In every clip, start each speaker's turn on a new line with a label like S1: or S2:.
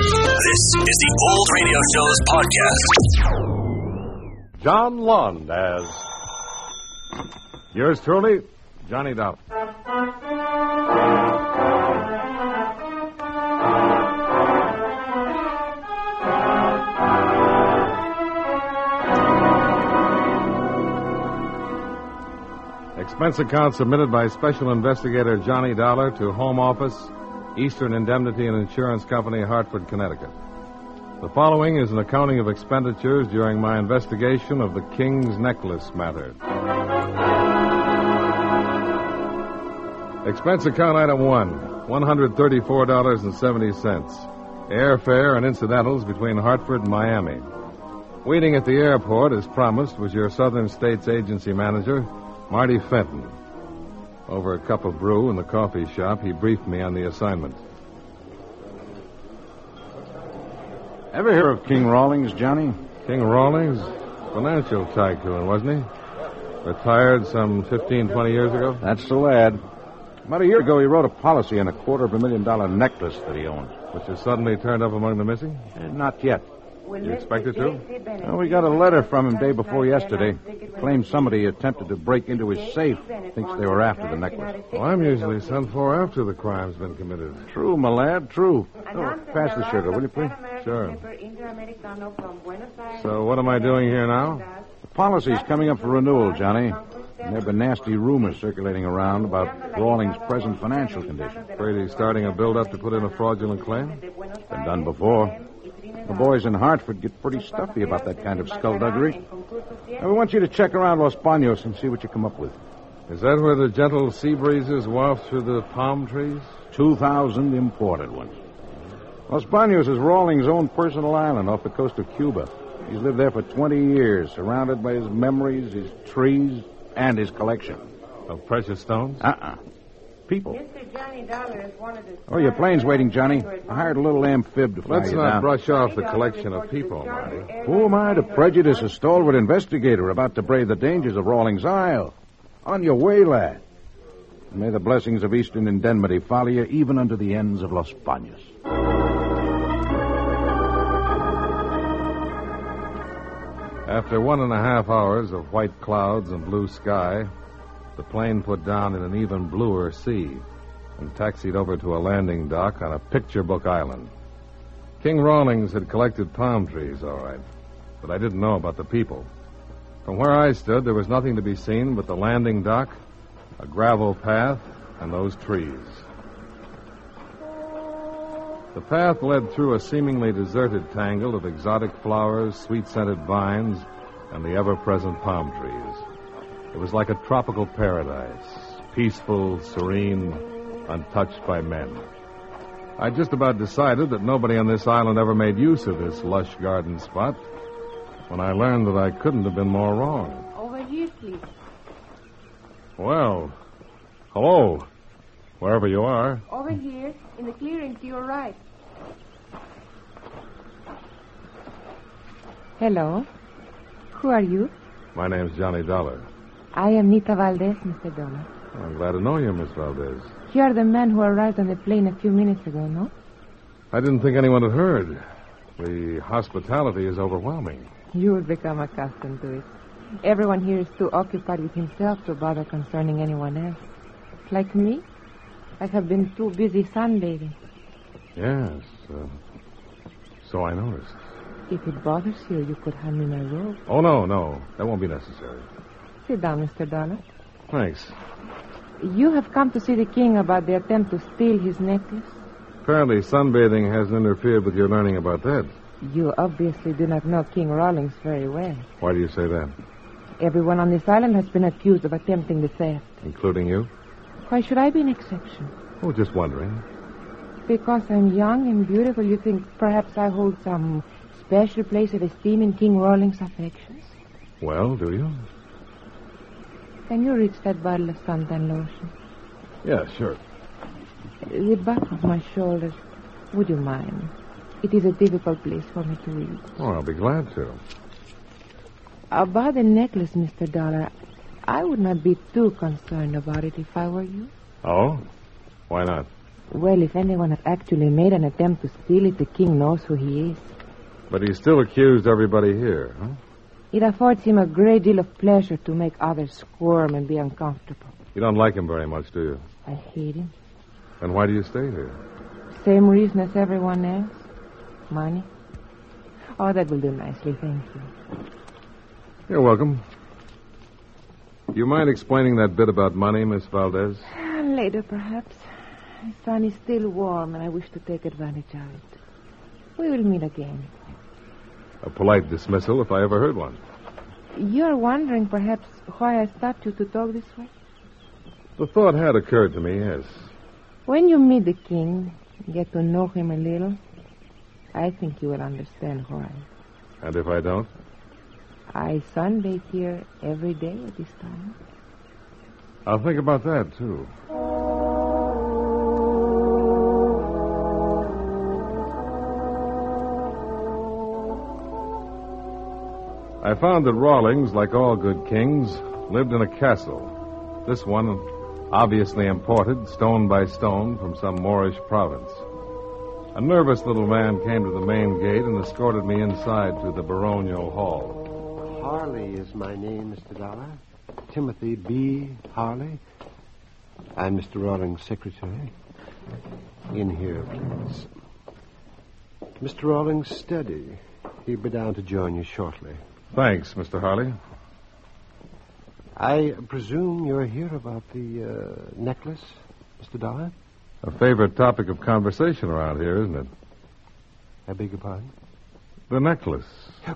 S1: This is the Old Radio Show's podcast.
S2: John Lund as yours truly, Johnny Dollar. Expense account submitted by Special Investigator Johnny Dollar to Home Office, Eastern Indemnity and Insurance Company, Hartford, Connecticut. The following is an accounting of expenditures during my investigation of the King's Necklace matter. Expense account item one $134.70. Airfare and incidentals between Hartford and Miami. Waiting at the airport, as promised, was your Southern States agency manager, Marty Fenton. Over a cup of brew in the coffee shop, he briefed me on the assignment.
S3: Ever hear of King Rawlings, Johnny?
S2: King Rawlings, financial tycoon, wasn't he? Retired some 15, 20 years ago.
S3: That's the lad. About a year ago, he wrote a policy on a quarter of a million dollar necklace that he owned.
S2: Which has suddenly turned up among the missing?
S3: Eh, Not yet.
S2: You expect it to?
S3: Well, Oh, we got a letter from him day before yesterday. Claims somebody attempted to break into his safe. Thinks they were after the necklace.
S2: Well, I'm usually sent for after the crime's been committed.
S3: True, my lad, true. Oh, pass the sugar, will you, please?
S2: Sure. So what am I doing here now?
S3: The policy's coming up for renewal, Johnny. And there've been nasty rumors circulating around about Rawlings' present financial condition.
S2: Afraid he's starting a build-up to put in a fraudulent claim?
S3: Been done before. The boys in Hartford get pretty stuffy about that kind of skullduggery. And we want you to check around Los Banos and see what you come up with.
S2: Is that where the gentle sea breezes waft through the palm trees?
S3: 2,000 imported ones. Los Banos is Rawlings' own personal island off the coast of Cuba. He's lived there for 20 years, surrounded by his memories, his trees, and his collection.
S2: Of precious stones?
S3: Uh-uh. People.
S4: Mr. Johnny Dollar is one of the.
S3: Oh, your plane's waiting, Johnny. I hired a little amphib to fly
S2: Let's
S3: you
S2: not
S3: down.
S2: brush off the collection of people, Marty.
S3: Who am I to prejudice a stalwart investigator about to brave the dangers of Rawlings Isle? On your way, lad. And may the blessings of Eastern indemnity follow you even unto the ends of Los Banos.
S2: After one and a half hours of white clouds and blue sky, the plane put down in an even bluer sea and taxied over to a landing dock on a picture book island. King Rawlings had collected palm trees, all right, but I didn't know about the people. From where I stood, there was nothing to be seen but the landing dock, a gravel path, and those trees. The path led through a seemingly deserted tangle of exotic flowers, sweet scented vines, and the ever present palm trees. It was like a tropical paradise, peaceful, serene, untouched by men. I just about decided that nobody on this island ever made use of this lush garden spot when I learned that I couldn't have been more wrong.
S4: Over here, please.
S2: Well, hello, wherever you are.
S4: Over here, in the clearing to your right.
S5: Hello. Who are you?
S2: My name's Johnny Dollar.
S5: I am Nita Valdez, Mr. Dollar.
S2: I'm glad to know you, Miss Valdez.
S5: You are the man who arrived on the plane a few minutes ago, no?
S2: I didn't think anyone had heard. The hospitality is overwhelming.
S5: You will become accustomed to it. Everyone here is too occupied with himself to bother concerning anyone else. Like me, I have been too busy sunbathing.
S2: Yes. Uh, so I noticed.
S5: If it bothers you, you could hand me my robe.
S2: Oh, no, no. That won't be necessary.
S5: Sit down, Mr. Dollar.
S2: Thanks.
S5: You have come to see the king about the attempt to steal his necklace.
S2: Apparently, sunbathing hasn't interfered with your learning about that.
S5: You obviously do not know King Rawlings very well.
S2: Why do you say that?
S5: Everyone on this island has been accused of attempting the theft.
S2: Including you?
S5: Why should I be an exception?
S2: Oh, just wondering.
S5: Because I'm young and beautiful, you think perhaps I hold some special place of esteem in King Rawlings' affections?
S2: Well, do you?
S5: Can you reach that bottle of suntan lotion?
S2: Yeah, sure.
S5: The back of my shoulders. Would you mind? It is a difficult place for me to read.
S2: Oh, I'll be glad to.
S5: About the necklace, Mr. Dollar, I would not be too concerned about it if I were you.
S2: Oh? Why not?
S5: Well, if anyone had actually made an attempt to steal it, the king knows who he is.
S2: But he still accused everybody here, huh?
S5: It affords him a great deal of pleasure to make others squirm and be uncomfortable.
S2: You don't like him very much, do you?
S5: I hate him.
S2: Then why do you stay here?
S5: Same reason as everyone else. Money. Oh, that will do nicely, thank you.
S2: You're welcome. You mind explaining that bit about money, Miss Valdez?
S5: Ah, Later, perhaps. The sun is still warm, and I wish to take advantage of it. We will meet again.
S2: A polite dismissal, if I ever heard one.
S5: You're wondering, perhaps, why I stopped you to talk this way?
S2: The thought had occurred to me, yes.
S5: When you meet the king, get to know him a little, I think you will understand why.
S2: And if I don't?
S5: I sunbathe here every day at this time.
S2: I'll think about that, too. I found that Rawlings, like all good kings, lived in a castle. This one, obviously imported, stone by stone, from some Moorish province. A nervous little man came to the main gate and escorted me inside to the baronial hall.
S6: Harley is my name, Mr. Dollar. Timothy B. Harley. I'm Mr. Rawlings' secretary. In here, please. Mr. Rawlings' study. He'll be down to join you shortly.
S2: Thanks, Mr. Harley.
S6: I presume you're here about the uh, necklace, Mr. Dollar?
S2: A favorite topic of conversation around here, isn't it?
S6: I beg your pardon?
S2: The necklace.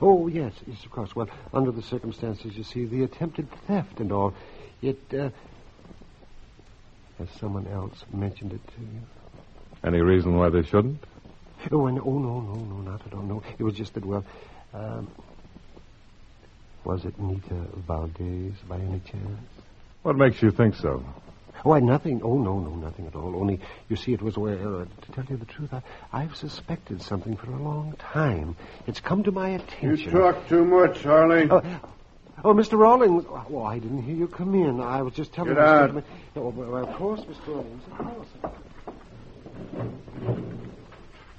S6: Oh, yes, yes, of course. Well, under the circumstances, you see, the attempted theft and all. It, uh... Has someone else mentioned it to you?
S2: Any reason why they shouldn't?
S6: Oh, and, oh no, no, no, not at all. No, it was just that. Well, um, was it Nita Valdez by any chance?
S2: What makes you think so?
S6: Oh, I nothing. Oh no, no, nothing at all. Only you see, it was well. Uh, to tell you the truth, I, I've suspected something for a long time. It's come to my
S7: You
S6: attention.
S7: talk too much, Harley.
S6: Oh, oh, Mr. Rawlings. Oh, I didn't hear you come in. I was just telling
S7: Get
S6: Mr.
S7: out.
S6: Goodman- Oh, well, of course, Mr. Rawlings. Of course.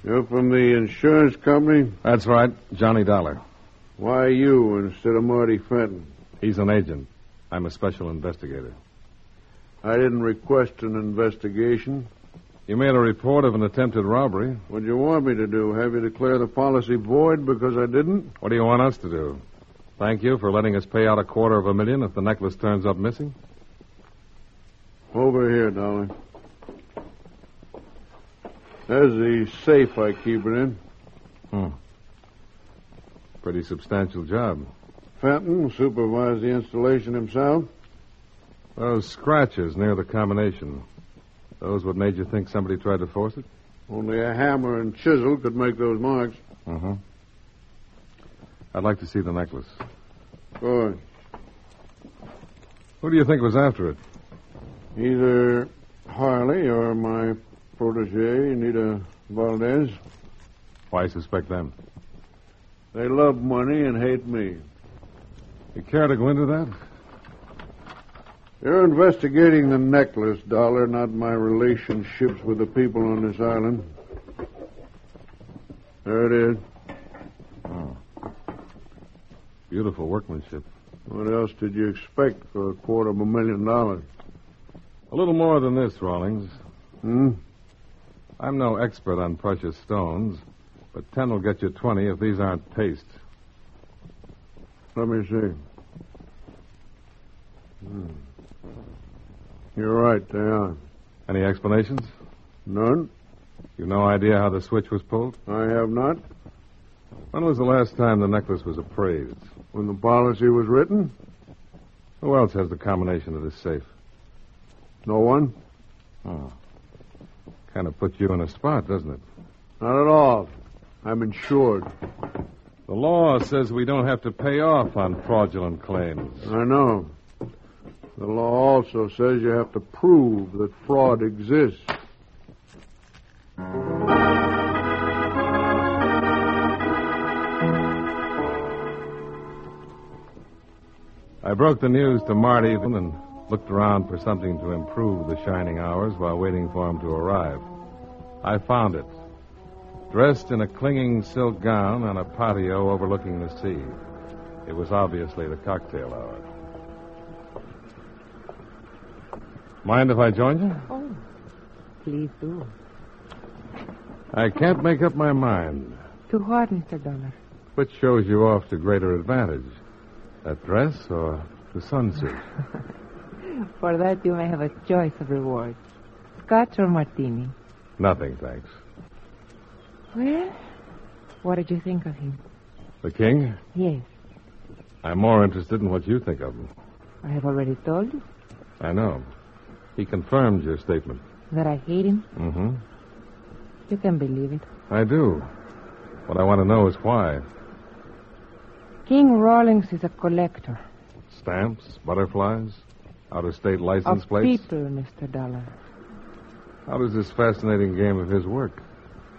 S7: You're from the insurance company?
S2: That's right, Johnny Dollar.
S7: Why you instead of Marty Fenton?
S2: He's an agent. I'm a special investigator.
S7: I didn't request an investigation.
S2: You made a report of an attempted robbery.
S7: What do you want me to do? Have you declare the policy void because I didn't?
S2: What do you want us to do? Thank you for letting us pay out a quarter of a million if the necklace turns up missing?
S7: Over here, darling. There's the safe I keep it in.
S2: Pretty substantial job.
S7: Fenton supervised the installation himself.
S2: Those scratches near the combination. Those what made you think somebody tried to force it?
S7: Only a hammer and chisel could make those marks.
S2: Mm-hmm. I'd like to see the necklace.
S7: Good.
S2: Who do you think was after it?
S7: Either Harley or my protege, Nita Valdez.
S2: Why suspect them?
S7: They love money and hate me.
S2: You care to go into that?
S7: You're investigating the necklace, Dollar, not my relationships with the people on this island. There it is.
S2: Beautiful workmanship.
S7: What else did you expect for a quarter of a million dollars?
S2: A little more than this, Rawlings.
S7: Hmm?
S2: I'm no expert on precious stones, but ten will get you twenty if these aren't paste.
S7: Let me see. Hmm. You're right, they are.
S2: Any explanations?
S7: None?
S2: You've no idea how the switch was pulled?
S7: I have not.
S2: When was the last time the necklace was appraised?
S7: When the policy was written,
S2: Who else has the combination of this safe?
S7: no one.
S2: Kind of puts you in a spot, doesn't it?
S7: Not at all. I'm insured.
S2: The law says we don't have to pay off on fraudulent claims.
S7: I know. The law also says you have to prove that fraud exists.
S2: I broke the news to Marty and looked around for something to improve the shining hours while waiting for him to arrive. I found it, dressed in a clinging silk gown on a patio overlooking the sea. It was obviously the cocktail hour. Mind if I join you?
S5: Oh, please do.
S2: I can't make up my mind.
S5: To what, Mr. Dollar?
S2: Which shows you off to greater advantage? That dress or the sunsuit?
S5: For that, you may have a choice of rewards scotch or martini.
S2: Nothing, thanks.
S5: Well, what did you think of him?
S2: The king?
S5: Yes,
S2: I'm more interested in what you think of him.
S5: I have already told you
S2: I know. He confirmed your statement.
S5: that I hate him.
S2: Mm-hmm.
S5: You can believe it.
S2: I do. What I want to know is why.
S5: King Rawlings is a collector
S2: Stamps, butterflies, out-of-state license
S5: of
S2: plates.
S5: people, Mr. Dollar.
S2: How does this fascinating game of his work?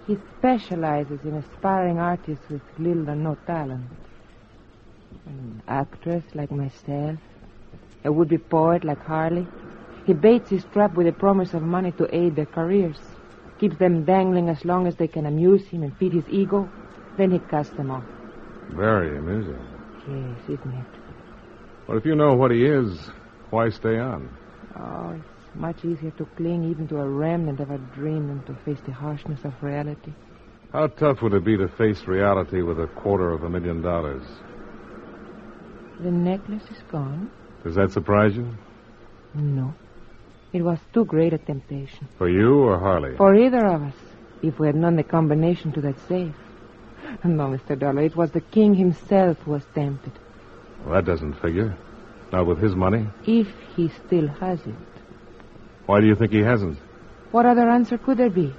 S5: He specializes in aspiring artists with little or no talent. An actress like myself, a would be poet like Harley. He baits his trap with a promise of money to aid their careers, keeps them dangling as long as they can amuse him and feed his ego. Then he casts them off.
S2: Very amusing.
S5: Yes, isn't it?
S2: Well, if you know what he is, why stay on?
S5: Oh, it's much easier to cling even to a remnant of a dream than to face the harshness of reality.
S2: How tough would it be to face reality with a quarter of a million dollars?
S5: The necklace is gone?
S2: Does that surprise you?
S5: No. It was too great a temptation.
S2: For you or Harley?
S5: For either of us, if we had known the combination to that safe. No, Mr. Dollar, it was the king himself who was tempted,
S2: Well, that doesn't figure. Not with his money.
S5: if he still has it.
S2: Why do you think he hasn't?
S5: What other answer could there be?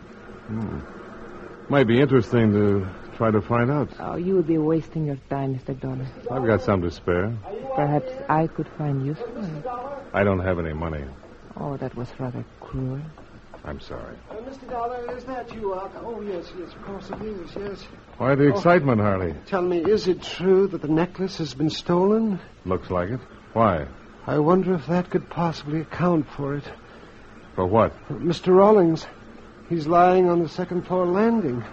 S2: Might be interesting to try to find out.
S5: Oh, you would be wasting your time, Mr. Dollar.
S2: I've got some to spare.
S5: Perhaps I could find use for it.
S2: I don't have any money.
S5: Oh, that was rather cruel.
S2: I'm sorry.
S6: Mr. Uh, Dollar, is that you? Oh, yes, yes, of course it is, yes.
S2: Why the excitement, Harley?
S6: Tell me, is it true that the necklace has been stolen?
S2: Looks like it. Why?
S6: I wonder if that could possibly account for it.
S2: For what?
S6: Mr. Rawlings, he's lying on the second floor landing.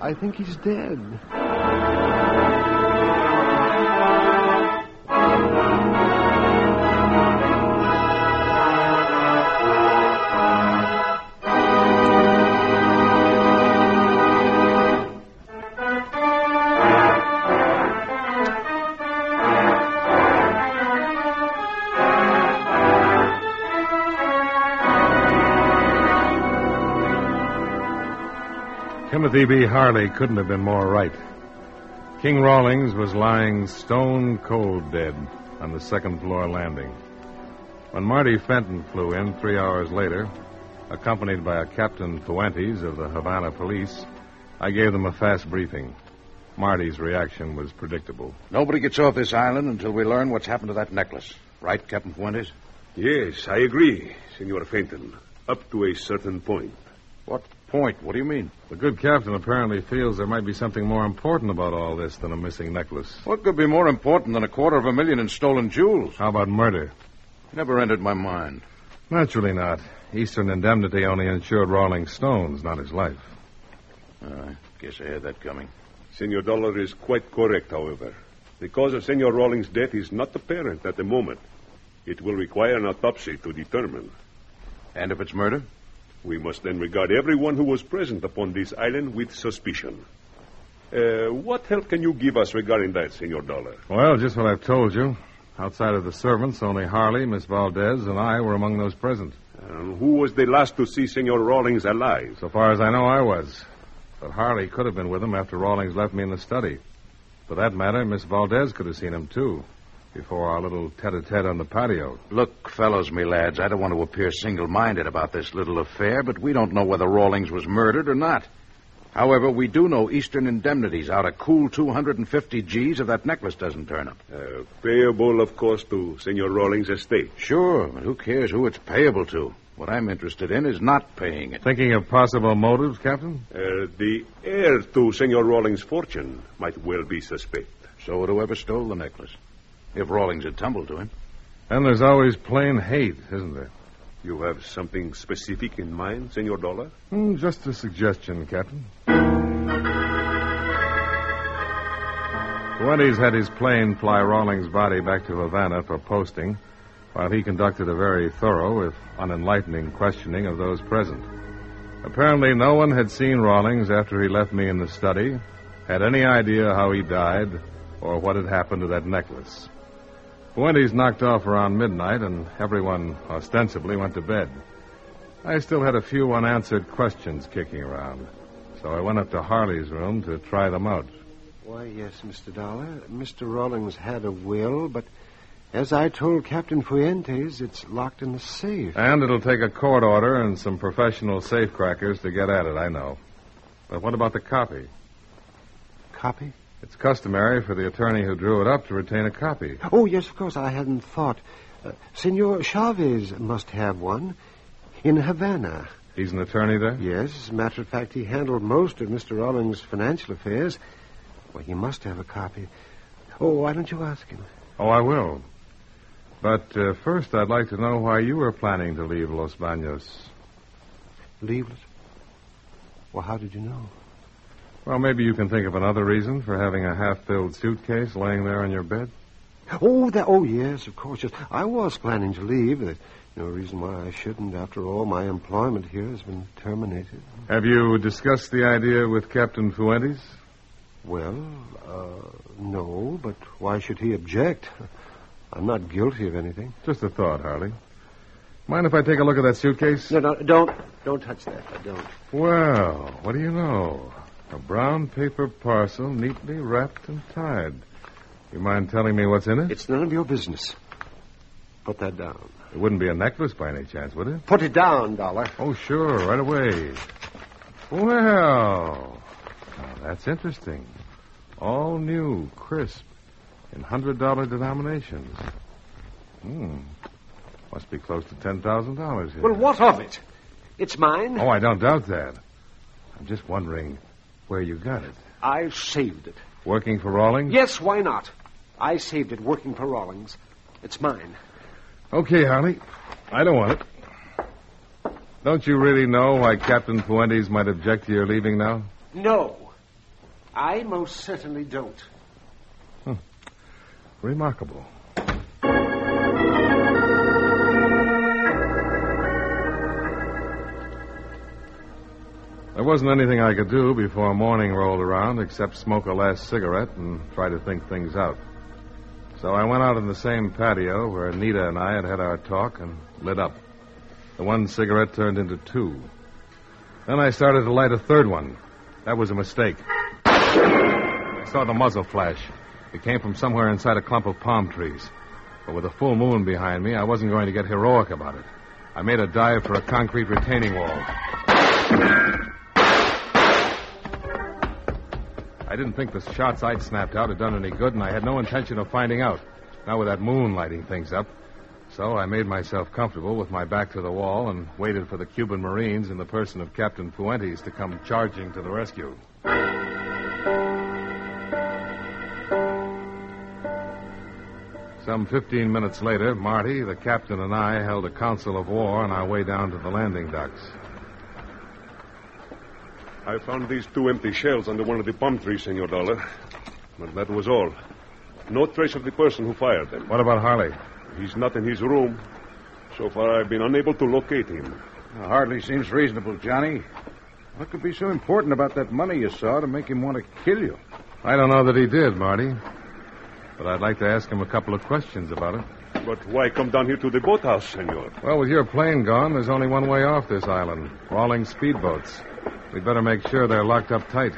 S6: I think he's dead.
S2: Timothy B. Harley couldn't have been more right. King Rawlings was lying stone cold dead on the second floor landing. When Marty Fenton flew in three hours later, accompanied by a Captain Fuentes of the Havana police, I gave them a fast briefing. Marty's reaction was predictable.
S3: Nobody gets off this island until we learn what's happened to that necklace. Right, Captain Fuentes?
S8: Yes, I agree, Senor Fenton, up to a certain point.
S3: What point? What do you mean?
S2: The good captain apparently feels there might be something more important about all this than a missing necklace.
S3: What could be more important than a quarter of a million in stolen jewels?
S2: How about murder?
S3: Never entered my mind.
S2: Naturally not. Eastern Indemnity only insured Rawlings Stones, not his life.
S3: I guess I had that coming.
S8: Senor Dollar is quite correct, however. The cause of Senor Rawlings' death is not apparent at the moment. It will require an autopsy to determine.
S3: And if it's murder?
S8: We must then regard everyone who was present upon this island with suspicion. Uh, what help can you give us regarding that, Senor Dollar?
S2: Well, just what I've told you. Outside of the servants, only Harley, Miss Valdez, and I were among those present.
S8: And who was the last to see Senor Rawlings alive?
S2: So far as I know, I was. But Harley could have been with him after Rawlings left me in the study. For that matter, Miss Valdez could have seen him, too, before our little tete a tete on the patio.
S3: Look, fellows, me lads, I don't want to appear single minded about this little affair, but we don't know whether Rawlings was murdered or not. However, we do know Eastern Indemnity's out a cool 250 G's if that necklace doesn't turn up.
S8: Uh, payable, of course, to Senor Rawlings' estate.
S3: Sure, but who cares who it's payable to? What I'm interested in is not paying it.
S2: Thinking of possible motives, Captain?
S8: Uh, the heir to Senor Rawlings' fortune might well be suspect.
S3: So would whoever stole the necklace. If Rawlings had tumbled to him.
S2: And there's always plain hate, isn't there?
S8: You have something specific in mind, Senor Dollar?
S2: Hmm, just a suggestion, Captain. Fuentes had his plane fly Rawlings' body back to Havana for posting, while he conducted a very thorough, if unenlightening, questioning of those present. Apparently, no one had seen Rawlings after he left me in the study, had any idea how he died, or what had happened to that necklace. Fuentes knocked off around midnight, and everyone ostensibly went to bed. I still had a few unanswered questions kicking around, so I went up to Harley's room to try them out.
S6: Why, yes, Mr. Dollar. Mr. Rawlings had a will, but as I told Captain Fuentes, it's locked in the safe.
S2: And it'll take a court order and some professional safecrackers to get at it, I know. But what about the copy?
S6: Copy?
S2: It's customary for the attorney who drew it up to retain a copy.
S6: Oh, yes, of course. I hadn't thought. Uh, Senor Chavez must have one in Havana.
S2: He's an attorney there?
S6: Yes, as a matter of fact, he handled most of Mr. Rawlings' financial affairs. Well, he must have a copy. Oh, why don't you ask him?
S2: Oh, I will. But uh, first, I'd like to know why you were planning to leave Los Banos.
S6: Leave it? Well, how did you know?
S2: Well, maybe you can think of another reason for having a half filled suitcase laying there on your bed.
S6: Oh, that. Oh, yes, of course. Yes. I was planning to leave. There's no reason why I shouldn't. After all, my employment here has been terminated.
S2: Have you discussed the idea with Captain Fuentes?
S6: Well, uh, no, but why should he object? I'm not guilty of anything.
S2: Just a thought, Harley. Mind if I take a look at that suitcase?
S6: No, no, don't. Don't touch that. I don't.
S2: Well, what do you know? A brown paper parcel neatly wrapped and tied. You mind telling me what's in it?
S6: It's none of your business. Put that down.
S2: It wouldn't be a necklace by any chance, would it?
S6: Put it down, Dollar.
S2: Oh, sure, right away. Well, now that's interesting. All new, crisp, in hundred dollar denominations. Hmm. Must be close to ten thousand dollars here.
S6: Well, what of it? It's mine.
S2: Oh, I don't doubt that. I'm just wondering where you got it.
S6: I saved it.
S2: Working for Rawlings?
S6: Yes, why not? I saved it working for Rawlings. It's mine.
S2: Okay, Harley. I don't want it. Don't you really know why Captain Fuentes might object to your leaving now?
S6: No. I most certainly don't.
S2: Remarkable. There wasn't anything I could do before morning rolled around except smoke a last cigarette and try to think things out. So I went out on the same patio where Nita and I had had our talk and lit up. The one cigarette turned into two. Then I started to light a third one. That was a mistake. I saw the muzzle flash. It came from somewhere inside a clump of palm trees. But with a full moon behind me, I wasn't going to get heroic about it. I made a dive for a concrete retaining wall. I didn't think the shots I'd snapped out had done any good, and I had no intention of finding out. Now with that moon lighting things up. So I made myself comfortable with my back to the wall and waited for the Cuban Marines in the person of Captain Fuentes to come charging to the rescue. Some 15 minutes later, Marty, the captain, and I held a council of war on our way down to the landing docks.
S8: I found these two empty shells under one of the palm trees, Senor Dollar. But that was all. No trace of the person who fired them.
S2: What about Harley?
S8: He's not in his room. So far, I've been unable to locate him.
S3: Hardly seems reasonable, Johnny. What could be so important about that money you saw to make him want to kill you?
S2: I don't know that he did, Marty. But I'd like to ask him a couple of questions about it.
S8: But why come down here to the boathouse, Senor?
S2: Well, with your plane gone, there's only one way off this island Rawlings speedboats. We'd better make sure they're locked up tight.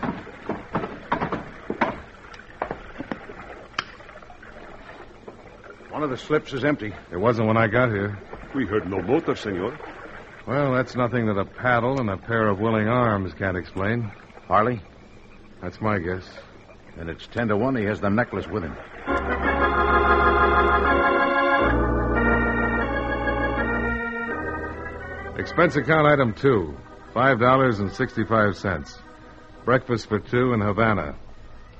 S3: One of the slips is empty.
S2: There wasn't when I got here.
S8: We heard no motor, Senor.
S2: Well, that's nothing that a paddle and a pair of willing arms can't explain.
S3: Harley?
S2: That's my guess.
S3: Then it's ten to one he has the necklace with him.
S2: Expense account item two five dollars and sixty five cents. Breakfast for two in Havana,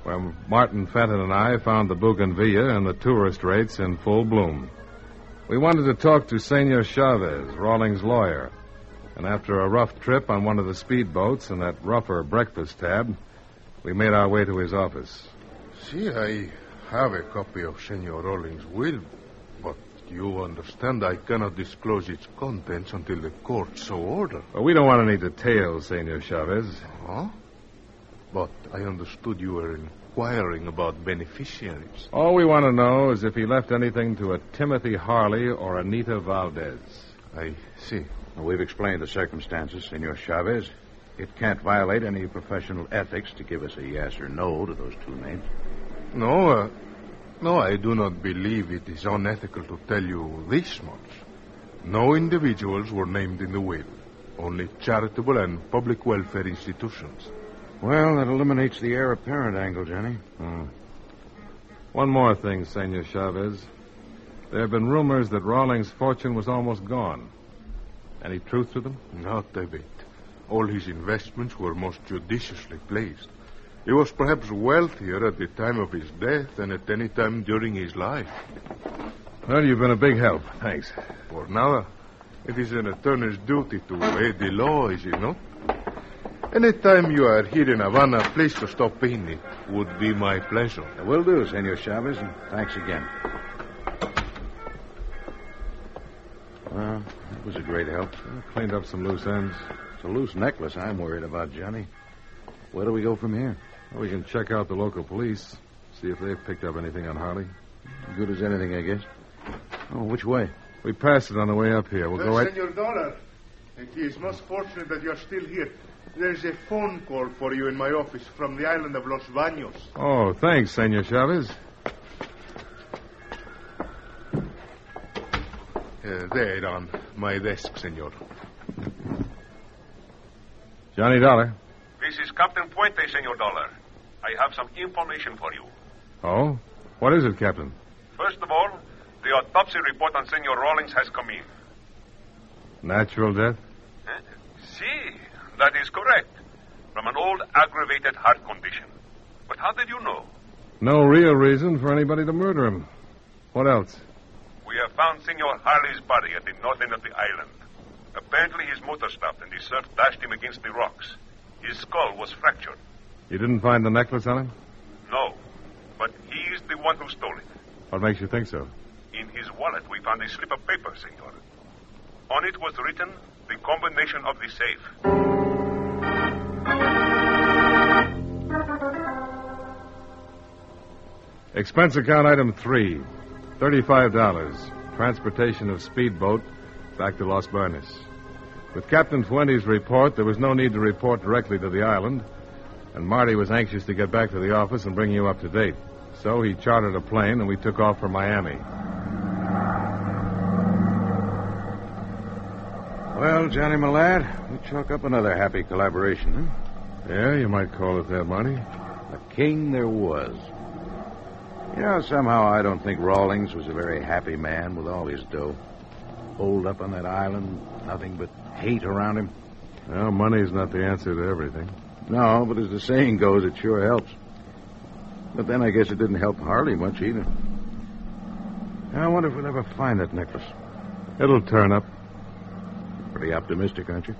S2: where Martin Fenton and I found the bougainvillea and the tourist rates in full bloom. We wanted to talk to Senor Chavez, Rawlings' lawyer. And after a rough trip on one of the speedboats and that rougher breakfast tab, we made our way to his office.
S7: See, I have a copy of Senor Rawlings' will, but you understand I cannot disclose its contents until the court so orders.
S2: But we don't want any details, Senor Chavez.
S7: Huh? But I understood you were inquiring about beneficiaries.
S2: All we want to know is if he left anything to a Timothy Harley or Anita Valdez.
S7: I see.
S3: We've explained the circumstances, Senor Chavez. It can't violate any professional ethics to give us a yes or no to those two names.
S7: No, uh, no, I do not believe it is unethical to tell you this much. No individuals were named in the will, only charitable and public welfare institutions.
S3: Well, that eliminates the heir apparent angle, Jenny.
S2: Hmm. One more thing, Senor Chavez. There have been rumors that Rawlings' fortune was almost gone. Any truth to them?
S7: Not a bit. All his investments were most judiciously placed. He was perhaps wealthier at the time of his death than at any time during his life.
S2: Well, you've been a big help. Thanks.
S7: For now, it is an attorney's duty to aid the law, is it not? Any time you are here in Havana, please to stop in. It would be my pleasure.
S3: Will do, Senor Chavez, and thanks again. Well, that was a great help.
S2: Uh, Cleaned up some loose ends.
S3: It's a loose necklace I'm worried about, Johnny. Where do we go from here?
S2: Well, we can check out the local police, see if they've picked up anything on Harley.
S3: As good as anything, I guess. Oh, which way?
S2: We passed it on the way up here. We'll go right.
S9: Senor Dollar, it is most fortunate that you are still here. There is a phone call for you in my office from the island of Los Baños.
S2: Oh, thanks, Senor Chavez.
S7: Uh, there on my desk, senor.
S2: Johnny Dollar.
S8: This is Captain Puente, Senor Dollar. I have some information for you.
S2: Oh? What is it, Captain?
S8: First of all, the autopsy report on Senor Rawlings has come in.
S2: Natural death?
S8: Huh? See, that is correct. From an old aggravated heart condition. But how did you know?
S2: No real reason for anybody to murder him. What else?
S8: We have found Senor Harley's body at the north end of the island. Apparently, his motor stopped and the surf dashed him against the rocks. His skull was fractured.
S2: You didn't find the necklace on him?
S8: No, but he is the one who stole it.
S2: What makes you think so?
S8: In his wallet, we found a slip of paper, Senor. On it was written the combination of the safe.
S2: Expense account item three $35. Transportation of speedboat back to Los Bernes. With Captain Fuentes' report, there was no need to report directly to the island, and Marty was anxious to get back to the office and bring you up to date. So he chartered a plane and we took off for Miami.
S3: Well, Johnny, my lad, we chalk up another happy collaboration, huh?
S2: Yeah, you might call it that, Marty.
S3: A king there was. You know, somehow I don't think Rawlings was a very happy man with all his dough. Holed up on that island, nothing but hate around him.
S2: Well, money's not the answer to everything.
S3: No, but as the saying goes, it sure helps. But then I guess it didn't help Harley much either. I wonder if we'll ever find that necklace.
S2: It'll turn up.
S3: Pretty optimistic, aren't you?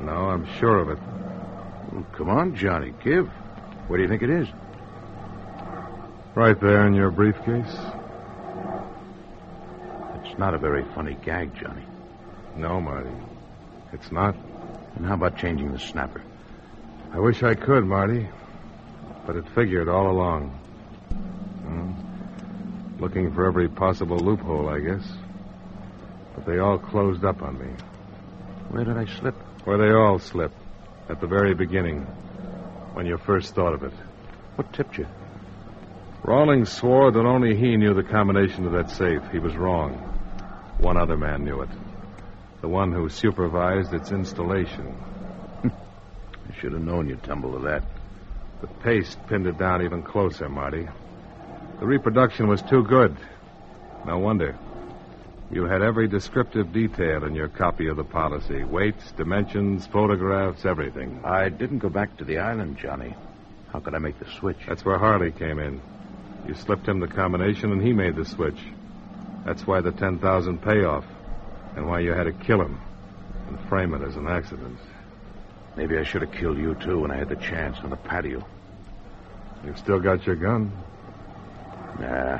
S2: No, I'm sure of it.
S3: Well, come on, Johnny, give. Where do you think it is?
S2: Right there in your briefcase?
S3: It's not a very funny gag, Johnny.
S2: No, Marty. It's not.
S3: And how about changing the snapper?
S2: I wish I could, Marty. But it figured all along. Hmm. Looking for every possible loophole, I guess. But they all closed up on me.
S3: Where did I slip?
S2: Where they all slip. At the very beginning. When you first thought of it.
S3: What tipped you?
S2: Rawlings swore that only he knew the combination of that safe. He was wrong. One other man knew it. The one who supervised its installation.
S3: I should have known you'd tumble to that.
S2: The paste pinned it down even closer, Marty. The reproduction was too good. No wonder. You had every descriptive detail in your copy of the policy weights, dimensions, photographs, everything.
S3: I didn't go back to the island, Johnny. How could I make the switch?
S2: That's where Harley came in. You slipped him the combination, and he made the switch. That's why the 10,000 payoff and why you had to kill him and frame it as an accident.
S3: Maybe I should have killed you, too, when I had the chance on the patio.
S2: You've still got your gun.
S3: Nah.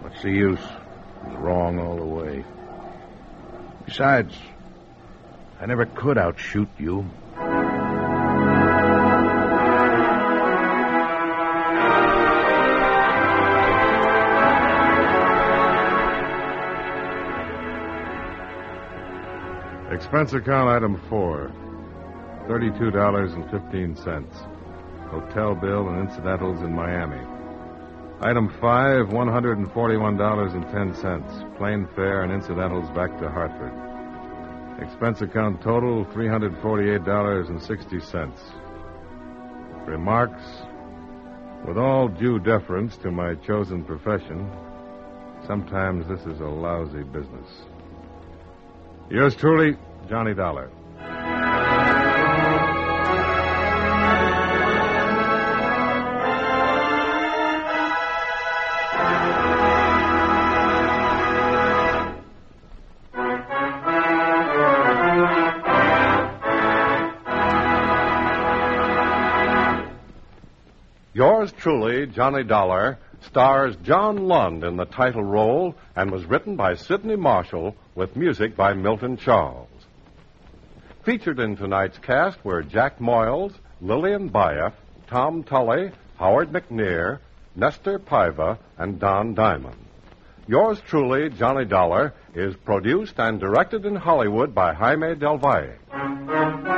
S3: What's the use? It was wrong all the way. Besides, I never could outshoot you.
S2: Expense account item four $32.15. Hotel bill and incidentals in Miami. Item five $141.10. Plane fare and incidentals back to Hartford. Expense account total $348.60. Remarks With all due deference to my chosen profession, sometimes this is a lousy business. Yours truly, Johnny Dollar.
S10: Yours truly, Johnny Dollar, stars John Lund in the title role and was written by Sidney Marshall with music by Milton Charles. Featured in tonight's cast were Jack Moyles, Lillian Bayef, Tom Tully, Howard McNear, Nestor Piva, and Don Diamond. Yours truly, Johnny Dollar, is produced and directed in Hollywood by Jaime Del Valle.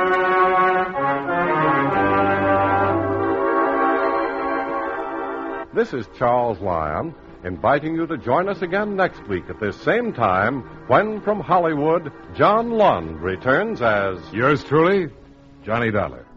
S10: This is Charles Lyon inviting you to join us again next week at this same time when from Hollywood, John Lund returns as
S2: yours truly, Johnny Dollar.